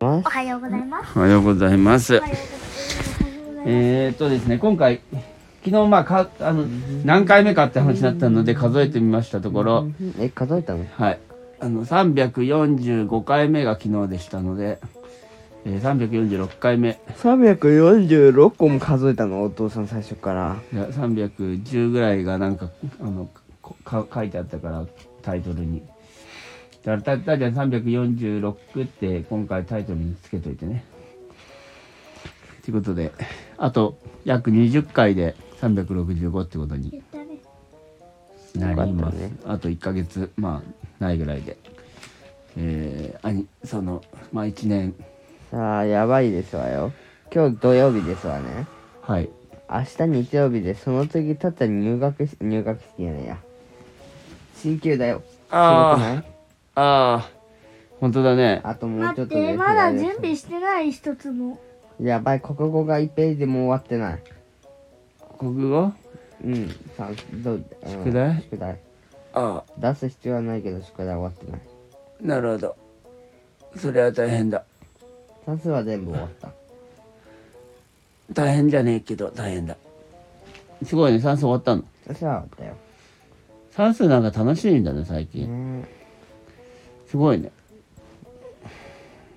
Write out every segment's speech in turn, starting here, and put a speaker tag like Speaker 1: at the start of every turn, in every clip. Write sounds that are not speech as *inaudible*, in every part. Speaker 1: おはようございます。
Speaker 2: おはようございます
Speaker 1: お。はようございます。
Speaker 2: えー、っとですね、今回、昨日まあかあの何回目かって話になったので数えてみましたところ、
Speaker 3: え、数えたの
Speaker 2: はい、あの345回目が昨日でしたので、えー、346回目、
Speaker 3: ?346 個も数えたのお父さん最初から。
Speaker 2: いや310ぐらいがなんかあのこか書いてあったからタイトルに。だからたたちゃん346って今回タイトルにつけといてね。ということで、あと約20回で365ってことに。
Speaker 1: 言ったね。
Speaker 2: なります、
Speaker 3: よかったね
Speaker 2: あと1ヶ月まあないぐらいでえー、あにそのまあ1年
Speaker 3: さあ、やばいですわよ。今日土曜日ですわね。
Speaker 2: はい
Speaker 3: 明日日曜日で、その次たったら入学し、入学式じゃないや。進級だよ。
Speaker 2: あー
Speaker 3: すごくない
Speaker 2: ああ本当だね
Speaker 3: あともうち
Speaker 1: 待
Speaker 3: ょ
Speaker 1: っ
Speaker 3: っとで
Speaker 1: て、まだ準備してない一つも。
Speaker 3: やばい、国語が1ページも終わってない。
Speaker 2: 国語
Speaker 3: うん。さどううん
Speaker 2: 宿題
Speaker 3: 宿題。
Speaker 2: ああ
Speaker 3: 出す必要はないけど、宿題終わってない。
Speaker 2: なるほどそれは大変だ
Speaker 3: 算数は全部終わった。
Speaker 2: 大変じゃねえけど大変だすごいね算数終わったの
Speaker 3: 算数は終わったよ。
Speaker 2: 算数なんか楽しいんだね最近
Speaker 3: ね
Speaker 2: すごいね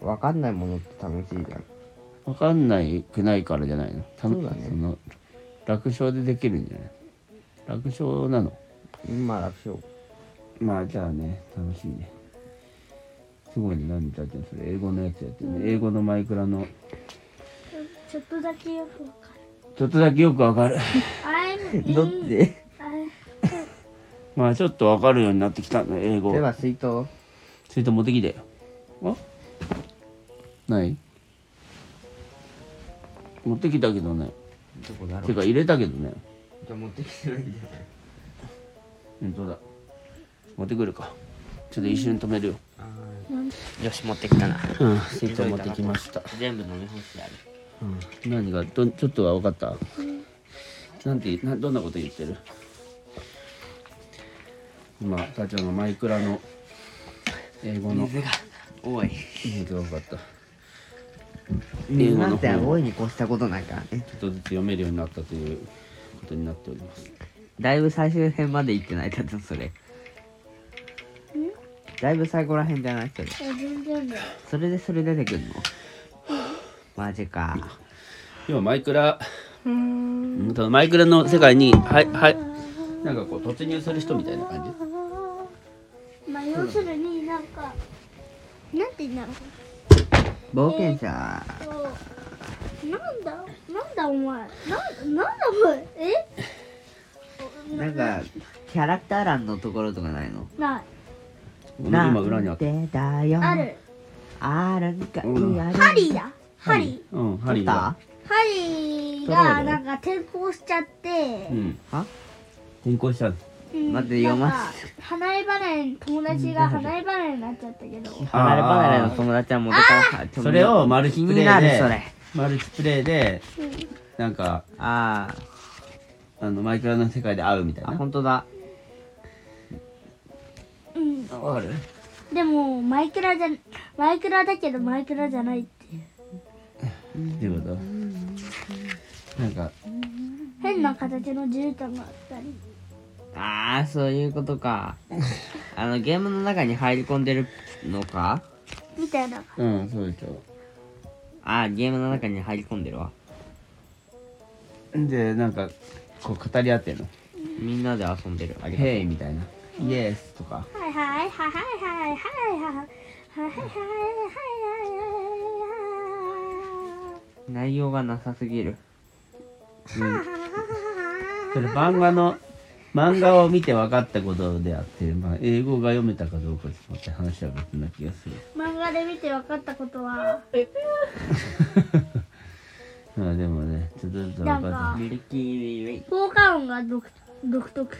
Speaker 3: えわかんないものって楽しいじゃん。
Speaker 2: わかんないくないからじゃないのた
Speaker 3: そうだね
Speaker 2: の楽勝でできるんじゃない楽勝なの
Speaker 3: 今楽勝。
Speaker 2: まあじゃあね楽しいねすごいね何だってんのそれ英語のやつやってるね、英語のマイクラの
Speaker 1: ちょっとだけよくわかる。
Speaker 2: ちょっとだけよくわかる *laughs*
Speaker 1: I'm
Speaker 3: どっ
Speaker 1: in-
Speaker 3: ち
Speaker 1: I-
Speaker 2: まあちょっとわかるようになってきたの英語
Speaker 3: では水筒
Speaker 2: それと持ってきてよあない持ってきたけどね
Speaker 3: どこだ
Speaker 2: てか入れたけどね
Speaker 3: じゃあ持ってきてないんじゃない
Speaker 2: 本当だ持ってくるかちょっと一瞬止めるよ
Speaker 3: よし持ってきたな
Speaker 2: うん水筒持ってきました
Speaker 3: 全部飲み干してある
Speaker 2: 何がどちょっとは分かったなんてなどんなこと言ってる今課長のマイクラの英語の
Speaker 3: が多い
Speaker 2: 水が分かったち
Speaker 3: 水
Speaker 2: 英語
Speaker 3: な
Speaker 2: の
Speaker 3: んて
Speaker 2: 本を
Speaker 3: 多いに越したことないからね
Speaker 2: ょっとずつ読めるようになったということになっております
Speaker 3: だいぶ最終編まで行ってないだとそれだいぶ最後らへんじゃないそれ
Speaker 1: 全然だよ。
Speaker 3: それでそれ出てくんの *sighs* マジか
Speaker 2: 今マイクラうんとマイクラの世界にはいはいなんかこう突入する人みたいな感じ
Speaker 1: まあ、要するになんか、なんて言うんだろう。
Speaker 3: 冒険者
Speaker 1: そうなんだなんだお前なんなんだお前え
Speaker 3: なんかキャラクター欄のところとかないの
Speaker 1: な
Speaker 2: 今裏にあ
Speaker 3: な
Speaker 2: った
Speaker 3: んでだよ
Speaker 1: いある
Speaker 3: あるんかい
Speaker 2: うん
Speaker 3: ある
Speaker 1: ハリーだハリ
Speaker 2: うんハ
Speaker 3: あ
Speaker 2: リー
Speaker 3: っ
Speaker 2: が
Speaker 3: た
Speaker 1: ーハリーがなんか転校しちゃって
Speaker 2: うん
Speaker 3: は
Speaker 2: 転校しちゃう
Speaker 1: うん
Speaker 3: 待って読ま
Speaker 1: なんか花江離れの友達が花江離れになっちゃったけど
Speaker 3: 離れ離れの友達は元から
Speaker 2: それをマル
Speaker 3: 気
Speaker 2: チプレ
Speaker 3: にな
Speaker 2: イ
Speaker 3: る
Speaker 2: で
Speaker 3: それ
Speaker 2: マルチプレイで
Speaker 1: うん
Speaker 2: なんか
Speaker 3: あー
Speaker 2: あのマイクラの世界で会うみたい
Speaker 3: あ
Speaker 2: な
Speaker 3: 本当だ
Speaker 1: うん
Speaker 2: わかる
Speaker 1: でもマイクラじゃマイクラだけどマイクラじゃないっていう
Speaker 2: っていうことなんか
Speaker 1: 変な形の絨毯があったり
Speaker 3: ああそういうことかあのゲームの中に入り込んでるのか
Speaker 1: みたいな
Speaker 2: うんそうでしょ
Speaker 3: ああゲームの中に入り込んでるわ
Speaker 2: でなんかこう語り合ってんの
Speaker 3: みんなで遊んでる
Speaker 2: 「
Speaker 3: ありがとう
Speaker 2: へい」みたいな「イエス」とか
Speaker 1: はいはいはいはいはいはいはいはいはいはいはいはい
Speaker 3: 内容がなさすぎる
Speaker 2: それ漫画の漫画を見て分かったことであって、まあ、英語が読めたかどうかちょっと待って話は別な気がする *laughs*
Speaker 1: 漫画で見て分かったことは
Speaker 2: まあでもねちょっとずつ分か
Speaker 1: な
Speaker 2: っ
Speaker 1: ん
Speaker 3: ミルキーウェイ
Speaker 1: 効果音が独独特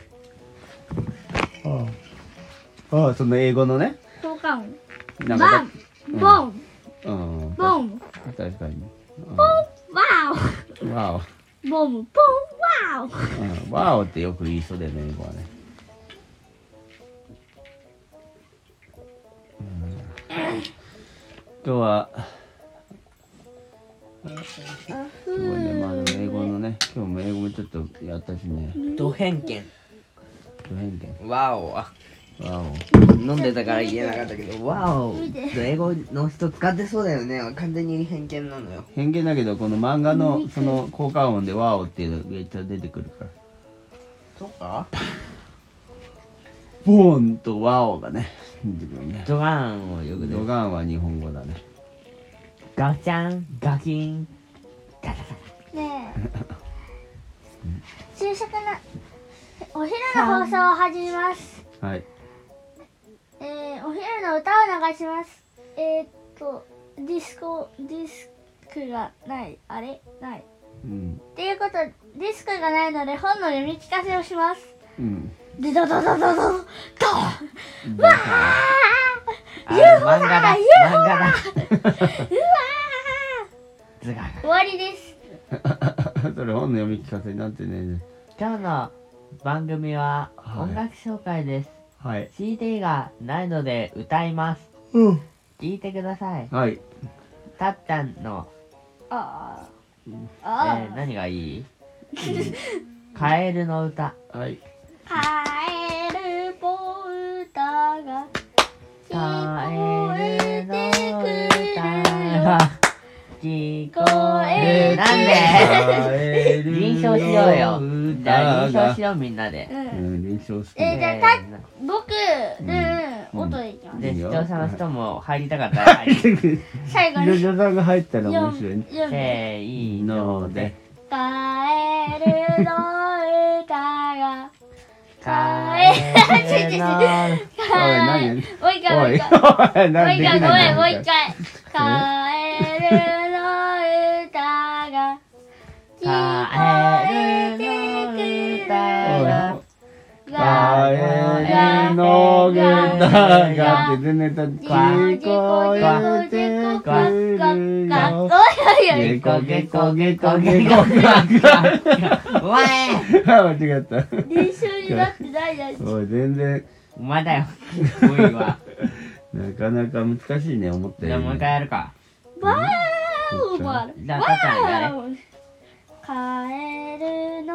Speaker 2: たああその英語のね
Speaker 1: 効果音
Speaker 2: なん
Speaker 1: バ
Speaker 2: か
Speaker 1: ンボン
Speaker 2: うん
Speaker 1: ボン
Speaker 2: 確かに
Speaker 1: ワ
Speaker 2: うんわお
Speaker 1: オボムポンワオ
Speaker 2: うん、ワオってよく言いそうだよね、英語はね。今日は、
Speaker 1: あふ
Speaker 2: そう
Speaker 1: う
Speaker 2: ね、まあ英語のね、今日も英語もちょっとやったしね、
Speaker 3: ド偏見
Speaker 2: ド偏見。
Speaker 3: ワオ
Speaker 2: わお。
Speaker 3: 飲んでたから言えなかったけどワオ
Speaker 1: 見て
Speaker 3: 英語の人使ってそうだよね完全に偏見なのよ
Speaker 2: 偏見だけど、この漫画のその効果音でわおっていうのがめっちゃ出てくるから。
Speaker 3: そうか
Speaker 2: ボーンとワオがね、出てくるね。
Speaker 3: ドガンをよく
Speaker 2: ド
Speaker 3: ね
Speaker 2: ガンは日本語だね。
Speaker 3: ガチャンガキンガタガタ
Speaker 4: *laughs*
Speaker 1: ねえ昼食のお昼の放送を始めます、
Speaker 2: はい。
Speaker 1: えー、お昼の歌を流しますえー、っとディスコディスクがないあれない
Speaker 2: うん。
Speaker 1: っていうことディスクがないので本の読み聞かせをします
Speaker 2: うん。
Speaker 1: でドドドドドドド
Speaker 2: わ
Speaker 3: あれ漫画だ
Speaker 1: UFO
Speaker 3: 漫画だ
Speaker 1: うわ
Speaker 3: ズガガ
Speaker 1: ー終わりです
Speaker 2: ーそれ本の読み聞かせになってね。
Speaker 4: 今日の番組は
Speaker 2: はい
Speaker 4: 音楽紹介です、
Speaker 2: はい。
Speaker 4: CD がないので歌います
Speaker 3: うん
Speaker 4: 聞いてください
Speaker 2: はい。
Speaker 4: たっちゃんの、
Speaker 1: あー
Speaker 4: え
Speaker 1: あ
Speaker 4: ー何がい
Speaker 1: *laughs*
Speaker 4: いカエルの歌
Speaker 2: はい。
Speaker 1: ーカエルポ歌が
Speaker 4: カ
Speaker 1: 聞こ
Speaker 4: エ
Speaker 1: え
Speaker 4: ルの
Speaker 1: てく
Speaker 4: 歌
Speaker 1: るよ
Speaker 4: が聞こえ
Speaker 1: え
Speaker 2: *laughs*
Speaker 4: るなんで
Speaker 1: *laughs*
Speaker 4: 臨床しようよじゃあ臨床しようみんなで
Speaker 1: うん
Speaker 2: うん、臨床好き
Speaker 1: え
Speaker 2: ね。
Speaker 1: ーじゃあ
Speaker 4: せーの
Speaker 1: 僕、ルーン、音でいきます。
Speaker 4: で
Speaker 2: いい
Speaker 4: 視
Speaker 2: よ
Speaker 4: 聴者の人も入りたかったら入るせ
Speaker 1: 最後
Speaker 2: ジョジ
Speaker 1: に、
Speaker 2: ョさんが入ったら面白いね。
Speaker 1: 4、4、
Speaker 4: ー
Speaker 2: いい
Speaker 4: の
Speaker 2: の
Speaker 4: で
Speaker 2: で。
Speaker 1: カエルの歌が、カ
Speaker 4: カ
Speaker 1: エ
Speaker 4: エル
Speaker 1: *laughs*
Speaker 4: の
Speaker 1: カエル、
Speaker 2: おい何
Speaker 1: もう一回、も
Speaker 2: お
Speaker 1: う
Speaker 2: い、
Speaker 1: 一回、
Speaker 2: *laughs* お
Speaker 1: も
Speaker 2: い、
Speaker 1: う
Speaker 2: なん
Speaker 1: 一回、
Speaker 2: でき
Speaker 1: ごめ
Speaker 2: ない
Speaker 1: ん、も
Speaker 2: の
Speaker 1: う一回、カエルの歌が、聞こえてくるが、
Speaker 2: カエル
Speaker 4: カエルの歌が
Speaker 2: の歌がって全然歌って聞こえてくる
Speaker 1: か
Speaker 2: よ
Speaker 1: っこいいよ
Speaker 2: ゲ
Speaker 1: ね。
Speaker 2: コゲコゲコゲコゲ
Speaker 1: *laughs*
Speaker 4: お前
Speaker 2: コあ *laughs* 間違った
Speaker 1: 練習になってないやつ。
Speaker 2: おい全然
Speaker 4: お前だよ多
Speaker 2: *laughs*
Speaker 4: いわ
Speaker 2: なかなか難しいね思った
Speaker 4: じゃあ
Speaker 2: よ
Speaker 4: もう一回やるか
Speaker 1: わーおもある。
Speaker 4: じゃあたっちゃんやれ
Speaker 1: カエルの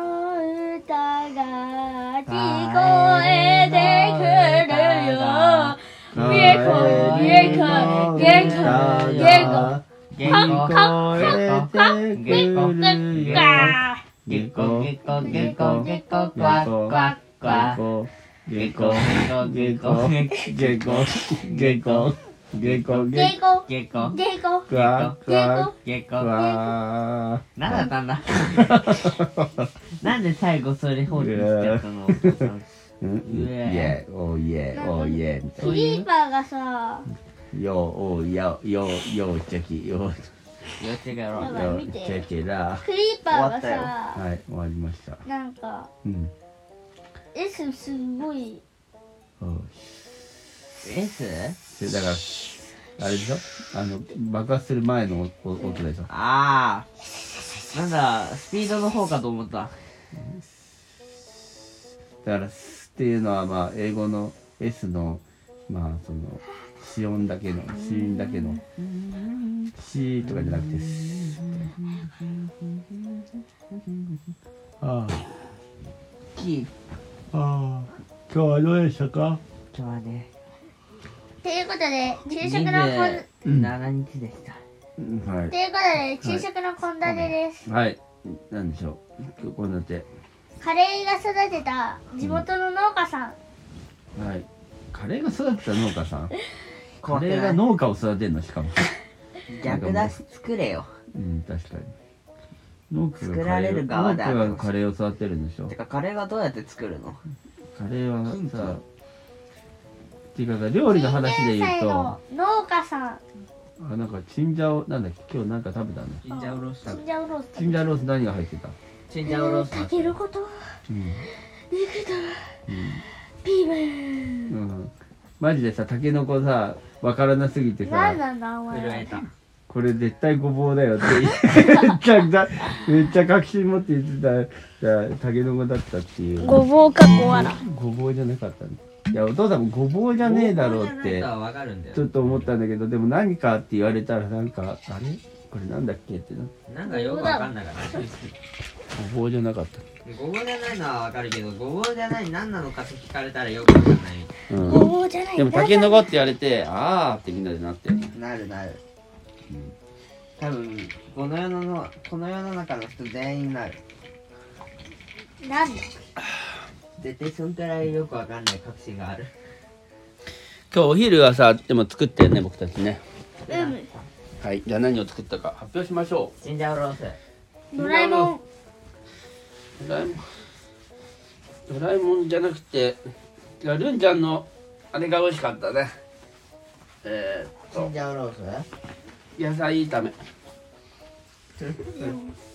Speaker 1: 歌が聞こえてくるよ。
Speaker 4: ゲコ
Speaker 2: ゲコゲ
Speaker 1: ガ
Speaker 4: ゲコゲコゲコゲコクワクワクワ
Speaker 2: コ
Speaker 4: ゲコゲ
Speaker 2: ゲ
Speaker 4: コ
Speaker 2: コ
Speaker 4: ゲ
Speaker 2: ゲコゲコゲコ
Speaker 1: ー。
Speaker 2: ゲ
Speaker 1: ゲコ
Speaker 4: コゲコ
Speaker 1: ゲコ
Speaker 2: クワクワ
Speaker 4: ゲ
Speaker 2: ク
Speaker 4: コ
Speaker 2: ワ
Speaker 4: 何だったんだなんで最後それ放置しちゃったの
Speaker 2: うんイエーおイエーおイエーみたい
Speaker 1: キリーパーがさ、
Speaker 2: なよおよよよチェキよ
Speaker 4: よしやろ
Speaker 1: や
Speaker 4: う
Speaker 1: ばい
Speaker 2: よ
Speaker 1: 見
Speaker 2: チ
Speaker 1: て
Speaker 2: ェ。キだ
Speaker 1: クリーパーが
Speaker 3: 終わ
Speaker 1: さ、
Speaker 2: はい終わりました
Speaker 1: なんか、
Speaker 2: うん
Speaker 1: エスすごい。
Speaker 2: お
Speaker 4: S?
Speaker 2: でだからあれでしょあの爆発する前のおお音でしょ
Speaker 4: ああなんだスピードの方かと思った
Speaker 2: だから「す」っていうのはまあ英語の「S」のまあその子音だけの子音だけの「し」とかじゃなくて「す」あ
Speaker 4: キー
Speaker 2: あああ今日はどうでしたか
Speaker 4: 今日はね
Speaker 1: ということで、昼食のこん、
Speaker 4: 27日でした
Speaker 2: は
Speaker 1: ということで、昼食の献立です。
Speaker 2: いはいなんでしょう今日こんなって
Speaker 1: カレーが育てた地元の農家さん、
Speaker 2: はいカレーが育てた農家さんカ
Speaker 4: 怖くない
Speaker 2: レーが農家を育てるのしかも
Speaker 4: 逆だし作れよ
Speaker 2: うん確かに農家が
Speaker 4: 作られる側だ
Speaker 2: カレーを農家がカレーを育てるんでしょ
Speaker 4: てかカレーはどうやって作るの
Speaker 2: カレーは
Speaker 4: 金貨
Speaker 2: さっていうかさ料理の話で言う
Speaker 1: 歳
Speaker 2: と
Speaker 1: の農家さん、
Speaker 2: あなんかチンジャオなんだっけ今日なんか食べたね
Speaker 4: チンジャオロース
Speaker 1: チンジャオロース
Speaker 2: チンジャオロース何が入ってた
Speaker 4: チンジャオロース
Speaker 1: かけること、
Speaker 2: うん、
Speaker 1: ピーマ
Speaker 2: うん、マジでさタケノコさわからなすぎてさ
Speaker 1: ン。なんなんだお
Speaker 4: 震え
Speaker 1: 前。
Speaker 4: た
Speaker 2: これ絶対ごぼうだよってめっちゃだめっちゃ確信持って言ってたたタケノコだったっていう
Speaker 1: ごぼうかコアラ。
Speaker 2: ごぼうじゃなかったねいやお父さんもごぼうじゃねえだろうって
Speaker 4: ち
Speaker 2: ちょっと思ったんだけどでも何かって言われたらなんかあれこれなんだっけってな
Speaker 4: なんかよくわかんなかった。
Speaker 2: ごぼうじゃなかった
Speaker 4: ごぼうじゃないのはわかるけど、ごぼうじゃない何なのかと聞かれたらよくわかんない。
Speaker 2: うん
Speaker 1: ごぼうじゃない
Speaker 2: でも竹の子って言われてあーってみんなでなって
Speaker 3: なるなる
Speaker 2: ん
Speaker 3: 多分この世のこの世の中の人全員なる
Speaker 1: なんだ
Speaker 4: 絶対そんくらいよくわかんない確信がある。
Speaker 2: 今日お昼はさでも作ってね僕たちね
Speaker 1: うむ
Speaker 2: はいじゃあ何を作ったか発表しましょ
Speaker 4: チンジャオロース。
Speaker 1: ドラえもん
Speaker 2: うドラえもんドラえもんじゃなくていやルンちゃんのあれが美味しかったねえー、っ
Speaker 3: チ
Speaker 2: と
Speaker 3: ンジャオロース
Speaker 2: 野菜炒め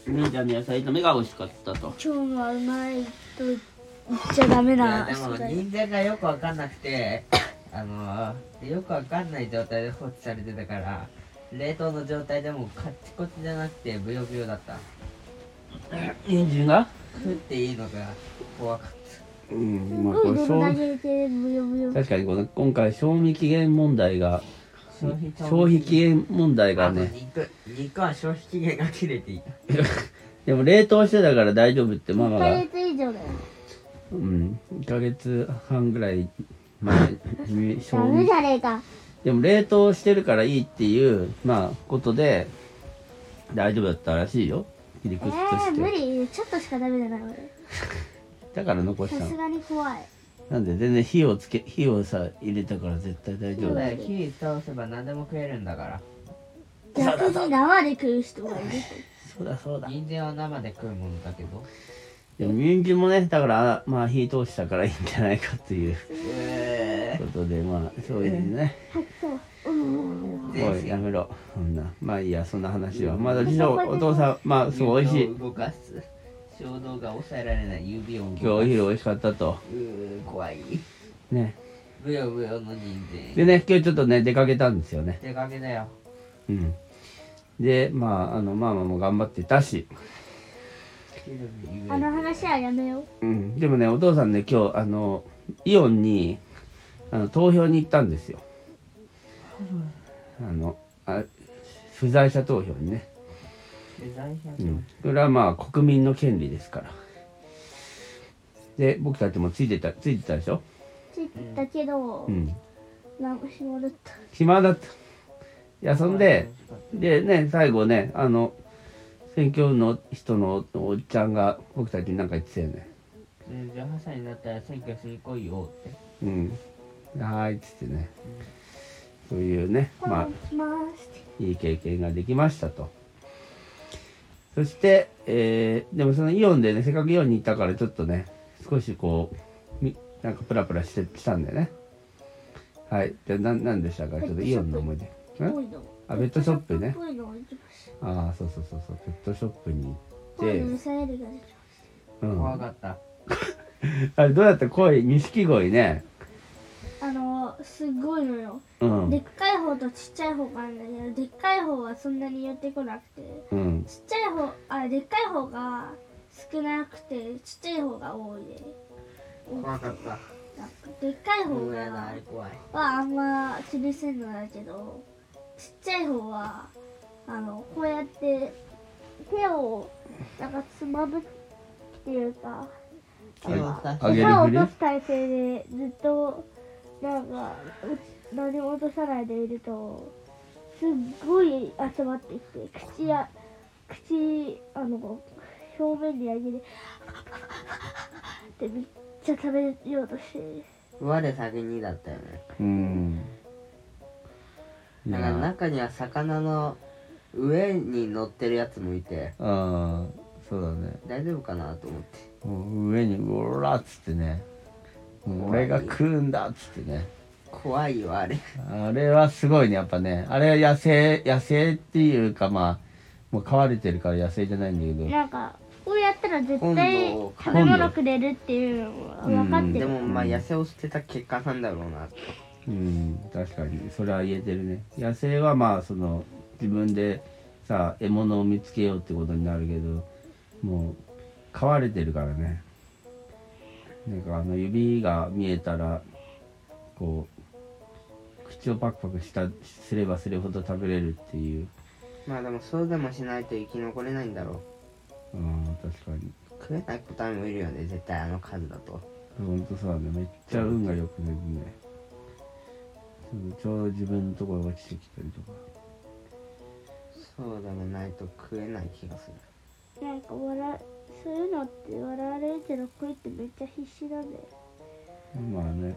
Speaker 2: ルンちゃんの野菜炒めが美味しかったと
Speaker 1: 今日のはうまいと言っちゃダメ
Speaker 4: いや
Speaker 1: な
Speaker 4: でも人間がよくわかんなくて、あのよくわかんない状態で放置されてたから、冷凍の状態でもカッチコチじゃなくてブヨブヨだった。
Speaker 2: 人参が
Speaker 4: 食っていいのが怖かっ
Speaker 2: うんまあこ
Speaker 1: うん
Speaker 2: れ
Speaker 1: で
Speaker 2: 賞
Speaker 1: も投げてブヨブヨ
Speaker 2: 確かにこの今回賞味期限問題が
Speaker 4: た。消費
Speaker 2: 消費期限問題が
Speaker 4: あと
Speaker 2: ね
Speaker 4: 肉肉は消費期限が切れていた。
Speaker 2: *laughs* でも冷凍してたから大丈夫ってマ
Speaker 1: 1
Speaker 2: マが
Speaker 1: ヶ月以上だよ
Speaker 2: うん1ヶ月半ぐらい前に賞
Speaker 1: ダメ
Speaker 2: 味
Speaker 1: じゃねえか
Speaker 2: でも冷凍してるからいいっていうまあことで大丈夫だったらしいよ切り
Speaker 1: え
Speaker 2: 口と
Speaker 1: ー、
Speaker 2: して、
Speaker 1: 無理ちょっとしかダメだな俺
Speaker 2: だから残し
Speaker 1: さ
Speaker 2: た
Speaker 1: す
Speaker 2: の
Speaker 1: がに怖い
Speaker 2: なんで全然火をつけ火をさ入れたから絶対大丈
Speaker 4: そう
Speaker 2: 夫
Speaker 4: だよ、火通せば何でも食えるんだから。
Speaker 1: 逆に生で食う人がいる
Speaker 2: そうだそう
Speaker 4: 人参は生で食うものだけど。
Speaker 2: でも人参もねだからまあ火通したからいいんじゃないかっていう
Speaker 4: え
Speaker 2: ことでまあそういうねおいやめろそんなまあいいやそんな話はまだ次郎お父さんまあすごい美味しい
Speaker 4: 動かす。衝動が抑えられない指を動かす。
Speaker 2: 今日お昼美味しかったと
Speaker 4: うー怖い。
Speaker 2: ね
Speaker 4: ぶよぶよの人参。
Speaker 2: でね今日ちょっとね出かけたんですよね
Speaker 4: 出かけだよ。
Speaker 2: うんでまああのママも頑張ってたし、
Speaker 1: あの話はやめよう
Speaker 2: うん、でもねお父さんね今日あのイオンにあの投票に行ったんですよあのあ不在者投票にね、
Speaker 4: デザイン百
Speaker 2: うん、これはまあ国民の権利ですからで僕たちもついてたついてたでしょ、
Speaker 1: ついてたけど
Speaker 2: うん、
Speaker 1: 何もしもだった
Speaker 2: 暇だった遊んででね最後ねあの選挙の人のおっちゃんが僕たちに何か言ってたよね
Speaker 4: うん18歳になったら選挙しに来いよって。
Speaker 2: うんはーいっつってねそういうねまあ
Speaker 1: 来ます
Speaker 2: いい経験ができましたとそして、えーでもそのイオンでねせっかくイオンに行ったからちょっとね少しこうみなんかプラプラしてしたんだよねはいじゃあ何何でしたかちょっとイオンの思い出ん
Speaker 1: ぽいの
Speaker 2: あベッドショップね
Speaker 1: ぽいの行きまし
Speaker 2: ああそうそうそうそうペットショップに
Speaker 1: たぽ
Speaker 2: 行っ
Speaker 1: い
Speaker 2: て、
Speaker 1: のミサイルが出た
Speaker 2: うん、
Speaker 4: 怖
Speaker 2: あ *laughs*
Speaker 4: かった。
Speaker 2: れどうやって鯉錦鯉ね
Speaker 1: あのすごいのよ
Speaker 2: うん
Speaker 1: でっかい方とちっちゃい方があるんだけどでっかい方はそんなに寄ってこなくて
Speaker 2: うん
Speaker 1: ちっちゃい方あでっかい方が少なくてちっちゃい方が多いで
Speaker 4: 怖かった。
Speaker 1: でっかい方
Speaker 4: もう
Speaker 1: が
Speaker 4: やだ、あ
Speaker 1: は
Speaker 4: れ怖い。
Speaker 1: あんま気にせんのだけどちっちゃい方はあのこうやって手をなんかつまぶっていうか
Speaker 2: あ
Speaker 1: 手
Speaker 2: げる
Speaker 1: を
Speaker 2: ふ
Speaker 1: 落
Speaker 2: り
Speaker 1: とす体勢でずっとなんかう何も落とさないでいるとすっごい集まってきて口や口あの表面にあげるってめっちゃ食べようとして
Speaker 3: 我先にだったよね
Speaker 2: うんい
Speaker 3: だ
Speaker 2: や
Speaker 3: から中には魚の上に乗ってるやつもいて
Speaker 2: ああそうだね
Speaker 3: 大丈夫かなと思って
Speaker 2: もう上に「うおら」っつってね「もう俺が食うんだ」っつってね
Speaker 3: 怖いよあれ
Speaker 2: あれはすごいねやっぱねあれは野生野生っていうかまあもう飼われてるから野生じゃないんだけど
Speaker 1: なんかこうやったら絶対
Speaker 3: 今度
Speaker 1: 食べ物くれるっていうのは分かって
Speaker 3: で
Speaker 1: る、
Speaker 3: もまあ痩せをしてた結果なんだろうなって
Speaker 2: うん確かにそれは言えてるね野生はまあその自分でさ獲物を見つけようってことになるけどもう飼われてるからねなんかあの指が見えたらこう口をパクパクしたすればするほど食べれるっていう
Speaker 3: まあでもそうでもしないと生き残れないんだろ
Speaker 2: うん確かに
Speaker 3: う食えない個体もいるよね絶対あの数だと
Speaker 2: ほんとそうだねめっちゃ運が良くなるねちょうど自分のところが落ちてきたりとか
Speaker 3: そうでもないと食えない気がする
Speaker 1: なんか笑そういうのって笑われるけど恋ってめっちゃ必死なんだよ
Speaker 2: まあね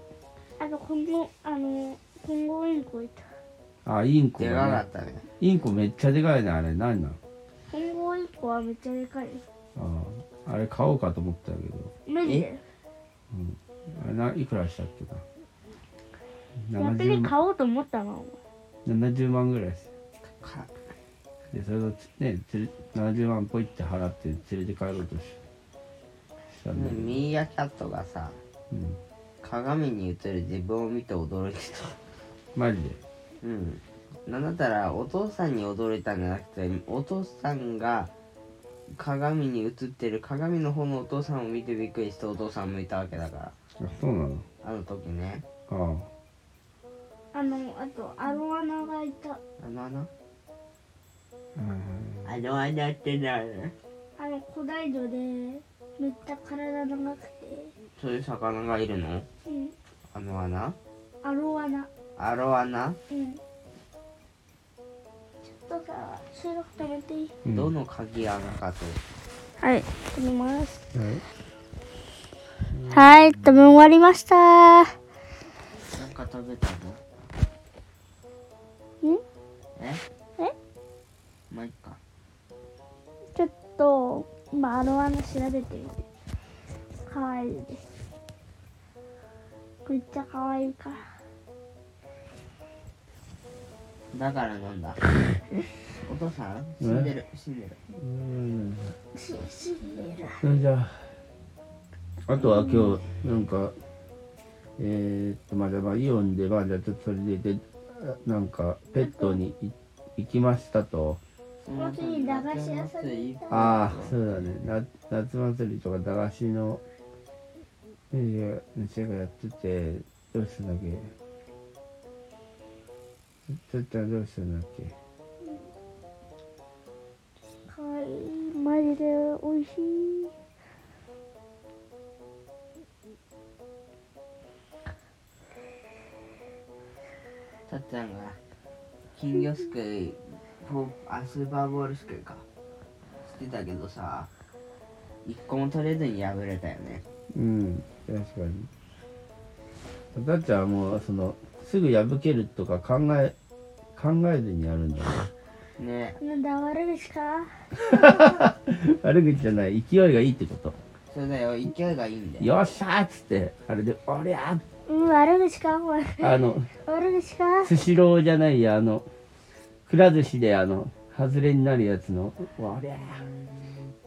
Speaker 1: あの今後あの今後インコいた
Speaker 2: あインコ
Speaker 3: でかか
Speaker 2: が、
Speaker 3: っ
Speaker 2: ね、
Speaker 3: たね
Speaker 2: インコめっちゃでかいねあれ何なの
Speaker 1: 今後インコはめっちゃでかいよ
Speaker 2: あーあれ買おうかと思ったけど
Speaker 1: 無理だよ
Speaker 2: あれないくらしたっけな
Speaker 1: 逆
Speaker 2: 70
Speaker 1: に
Speaker 2: 万
Speaker 1: 買おうと思ったの
Speaker 2: 70万ぐらいです
Speaker 3: か
Speaker 2: でそれをつねつれ70万ポイって払って連れて帰ろうとししたんだけど、
Speaker 3: ミーアキャットがさ
Speaker 2: うん、
Speaker 3: 鏡に映る自分を見て驚いてた
Speaker 2: マジで
Speaker 3: うんなんだったらお父さんに驚いたんじゃなくてお父さんが鏡に映ってる鏡の方のお父さんを見てびっくりしてお父さん向いたわけだから
Speaker 2: あそうなの
Speaker 3: あの時ね
Speaker 2: ああ
Speaker 1: あのあとアロアナがいた
Speaker 3: あの
Speaker 2: う
Speaker 3: 穴
Speaker 2: ん
Speaker 3: あの穴ってなる
Speaker 1: あの古代魚でめっちゃ体長くて
Speaker 3: そういう魚がいるの
Speaker 1: うん
Speaker 3: あの穴
Speaker 1: アロアナ
Speaker 3: アロ穴、
Speaker 1: うんちょっとさ収録止めていい
Speaker 2: うん
Speaker 3: どの鍵穴かと
Speaker 1: はい止めます
Speaker 2: はい
Speaker 1: はい止め終わりました
Speaker 3: なんか食べたの
Speaker 1: ん
Speaker 3: え
Speaker 1: え
Speaker 3: まあいっか
Speaker 1: ちょっと今アロアナ調べてみてかわいいですめっちゃかわいいから
Speaker 3: だからな
Speaker 2: *laughs*
Speaker 3: んだお父さん死んでる死んでる
Speaker 2: うん
Speaker 1: し死んでる
Speaker 2: それじゃああとは今日なんかえー、っとまあじゃあまあイオンでまあじゃあちょっとそれでであなんかペットにい行きましたと
Speaker 3: そ
Speaker 1: の後に駄菓子屋さんに行った
Speaker 2: ああそうだねな夏祭りとか駄菓子の店がやっててどうしたんだっけちょっとどうしたんだっけ
Speaker 1: かわいいマジで美味しい
Speaker 3: たっちゃんが金魚すくいポーあスーパーボールすくいかしてたけどさ一個も取れずに破れたよね
Speaker 2: うん確かにだっちゃんはもうそのすぐ破けるとか考え考えずにやる *laughs* んだね
Speaker 3: ね
Speaker 1: なんだ悪口か
Speaker 2: 悪口じゃない勢いがいいってこと
Speaker 3: それだよ勢いがいいんだよ
Speaker 2: よっしゃーっつってあれで「おりゃ
Speaker 1: うん悪口かお前
Speaker 2: ー」あの
Speaker 1: 悪口か
Speaker 2: スシローじゃないやあのくら寿司であの外れになるやつの「おりゃー」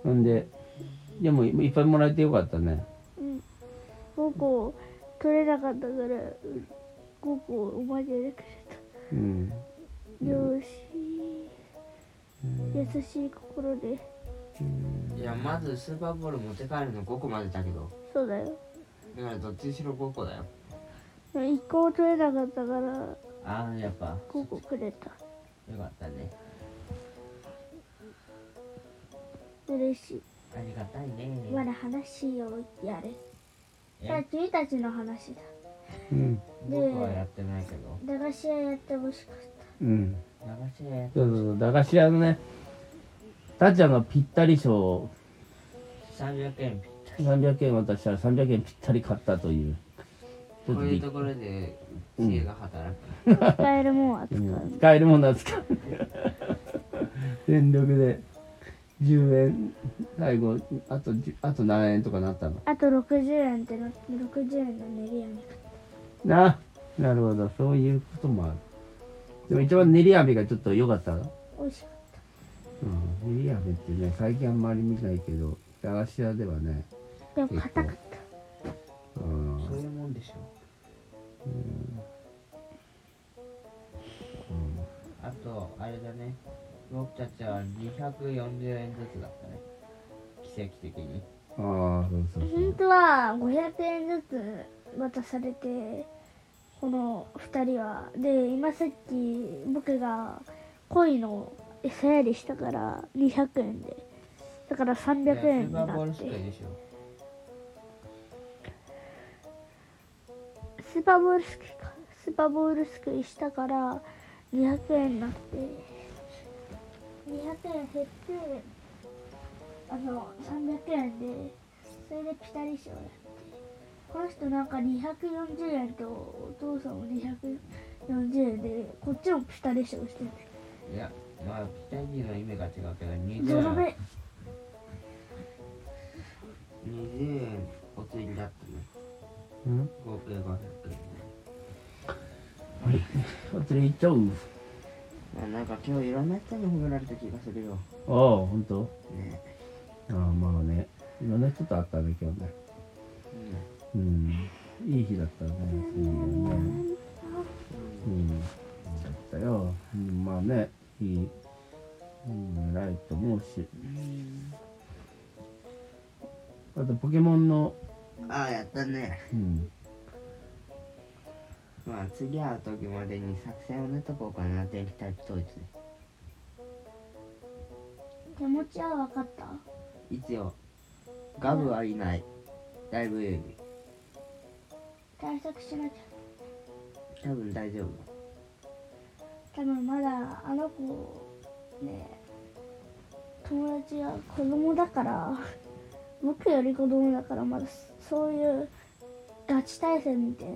Speaker 2: ほんででもいっぱいもらえてよかったね
Speaker 1: うん5個取れなかったから5個おまけでくれた
Speaker 2: うん
Speaker 1: よし優しい心で
Speaker 3: いやまずスーパーボール持って帰るの5個までだけど
Speaker 1: そうだよ
Speaker 3: だからどっちにしろ5個だよ
Speaker 1: 1個も取れなかったから
Speaker 3: ああやっぱよ
Speaker 1: 5個くれた
Speaker 3: かったね
Speaker 1: 嬉しい
Speaker 3: ありがたいね
Speaker 1: まだ話をやれ
Speaker 3: え
Speaker 1: さあ君たちの話だ
Speaker 2: うん
Speaker 3: 僕はやってないけど
Speaker 1: 駄菓子屋やってほしかっ
Speaker 2: うん
Speaker 3: 駄菓子屋や
Speaker 2: そうそうそう駄菓子屋のねたっちゃんがぴったり賞を
Speaker 3: 300円
Speaker 2: 300円渡したら300円ぴったり買ったというちょっ
Speaker 3: ことうい
Speaker 2: び
Speaker 3: う
Speaker 2: っ
Speaker 3: ところで知恵が働く、
Speaker 1: た使えるもんは使う
Speaker 2: うん使えるものは使う *laughs* 全力で10円最後あと10あと7円とかなったの
Speaker 1: あと60円ってなって60円の練り飴
Speaker 2: ななるほどそういうこともあるでも一番練り飴がちょっと良かったな
Speaker 1: 美味しかっ
Speaker 2: うん練り飴ってね最近あんまり見ないけど駄菓子屋ではね
Speaker 1: たでも硬かっ
Speaker 2: うん
Speaker 3: そういうもんでしょあとあれだね僕たちは240円ずつだったね奇跡的に
Speaker 2: ああそう
Speaker 1: た
Speaker 2: そうそう
Speaker 1: 本当は500円ずつ渡されてこの2人はで今さっき僕が恋の餌やりしたから200円でだから300円に
Speaker 4: いやスー
Speaker 1: なっ
Speaker 4: パーボールしかいい
Speaker 1: て
Speaker 4: でしょ
Speaker 1: スーパーボールすくいかスーパーボールすくいしたから200円になって200円減ってあの300円でそれでピタリ賞やってこの人なんか240円とお父さんも240円でこっちもピタリ賞してて
Speaker 4: いやまあピタリの意味が違うけど20
Speaker 1: ゾロ目
Speaker 4: 円
Speaker 3: 20円お釣りだったね
Speaker 2: うん
Speaker 3: 合計500
Speaker 2: お釣り行っちゃう
Speaker 3: 円あなんか今日いろんな人に褒められた気がするよ
Speaker 2: ああほんと
Speaker 3: ね
Speaker 2: ああまあねいろんな人と会ったね今日ねうんいい日だったねそういうのねうんだったよ、うん、まあねいい、うん、偉いと思うし
Speaker 3: うん
Speaker 2: あとポケモンの、
Speaker 3: ああやったね
Speaker 2: うん、
Speaker 3: まあ次会う時までに作戦を練っとこうかな電気タイプ統一で
Speaker 1: 手持ちは分かった
Speaker 3: 一応ガブはいないだいぶ有利
Speaker 1: 対策しなきゃ
Speaker 3: 多分大丈夫
Speaker 1: 多分まだあの子ね友達が子供だから僕より子供だからまだそういうガチ対戦みたいな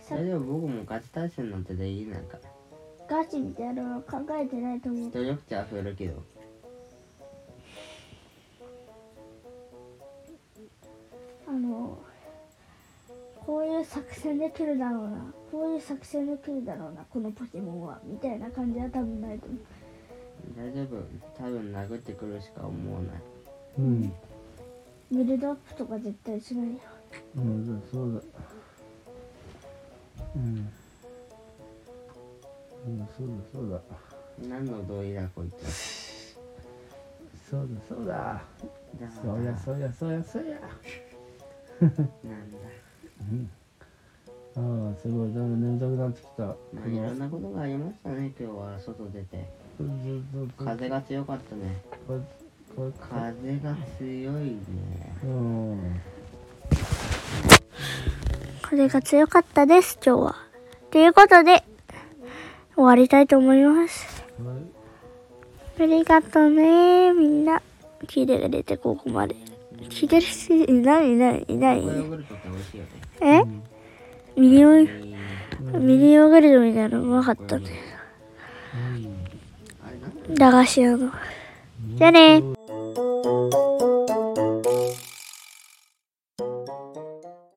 Speaker 1: さ
Speaker 3: 大丈夫僕もガチ対戦なんてできないから
Speaker 1: ガチみたいなの考えてないと思う
Speaker 3: 努力値は増えるけど
Speaker 1: あのこういう作戦で来るだろうなこういう作戦で来るだろうなこのポケモンはみたいな感じは多分ないと思う
Speaker 3: 大丈夫多分殴ってくるしか思わない
Speaker 2: うん、
Speaker 1: ビルドアップとか絶対しないよ
Speaker 2: うん、そうだうん、うん、そうだそうだ
Speaker 3: 何の同意だこいつ
Speaker 2: そうだそうだ
Speaker 3: だ
Speaker 2: そうやそうやそうやそうや
Speaker 3: なんだ
Speaker 2: ああすごいだんだん眠たくなってきたこ
Speaker 3: まあいろ
Speaker 2: の
Speaker 3: んなことがありましたね今日は外出て
Speaker 2: うんうんうん
Speaker 3: 風が強かったね
Speaker 2: ここ
Speaker 3: 風が強いね
Speaker 2: うん
Speaker 1: 風が強かったです今日はということで終わりたいと思います
Speaker 2: はい
Speaker 1: ありがとうね、みんな。聞いてくれて、ここまで。聞いてる人いないいないいない
Speaker 3: こ。れヨーグルトって美味しいよね
Speaker 1: えミニオ、
Speaker 3: うん
Speaker 1: ミニヨーグルトみたいなのうまかったね。
Speaker 3: あれなんだ
Speaker 1: 駄菓子屋の。じゃあね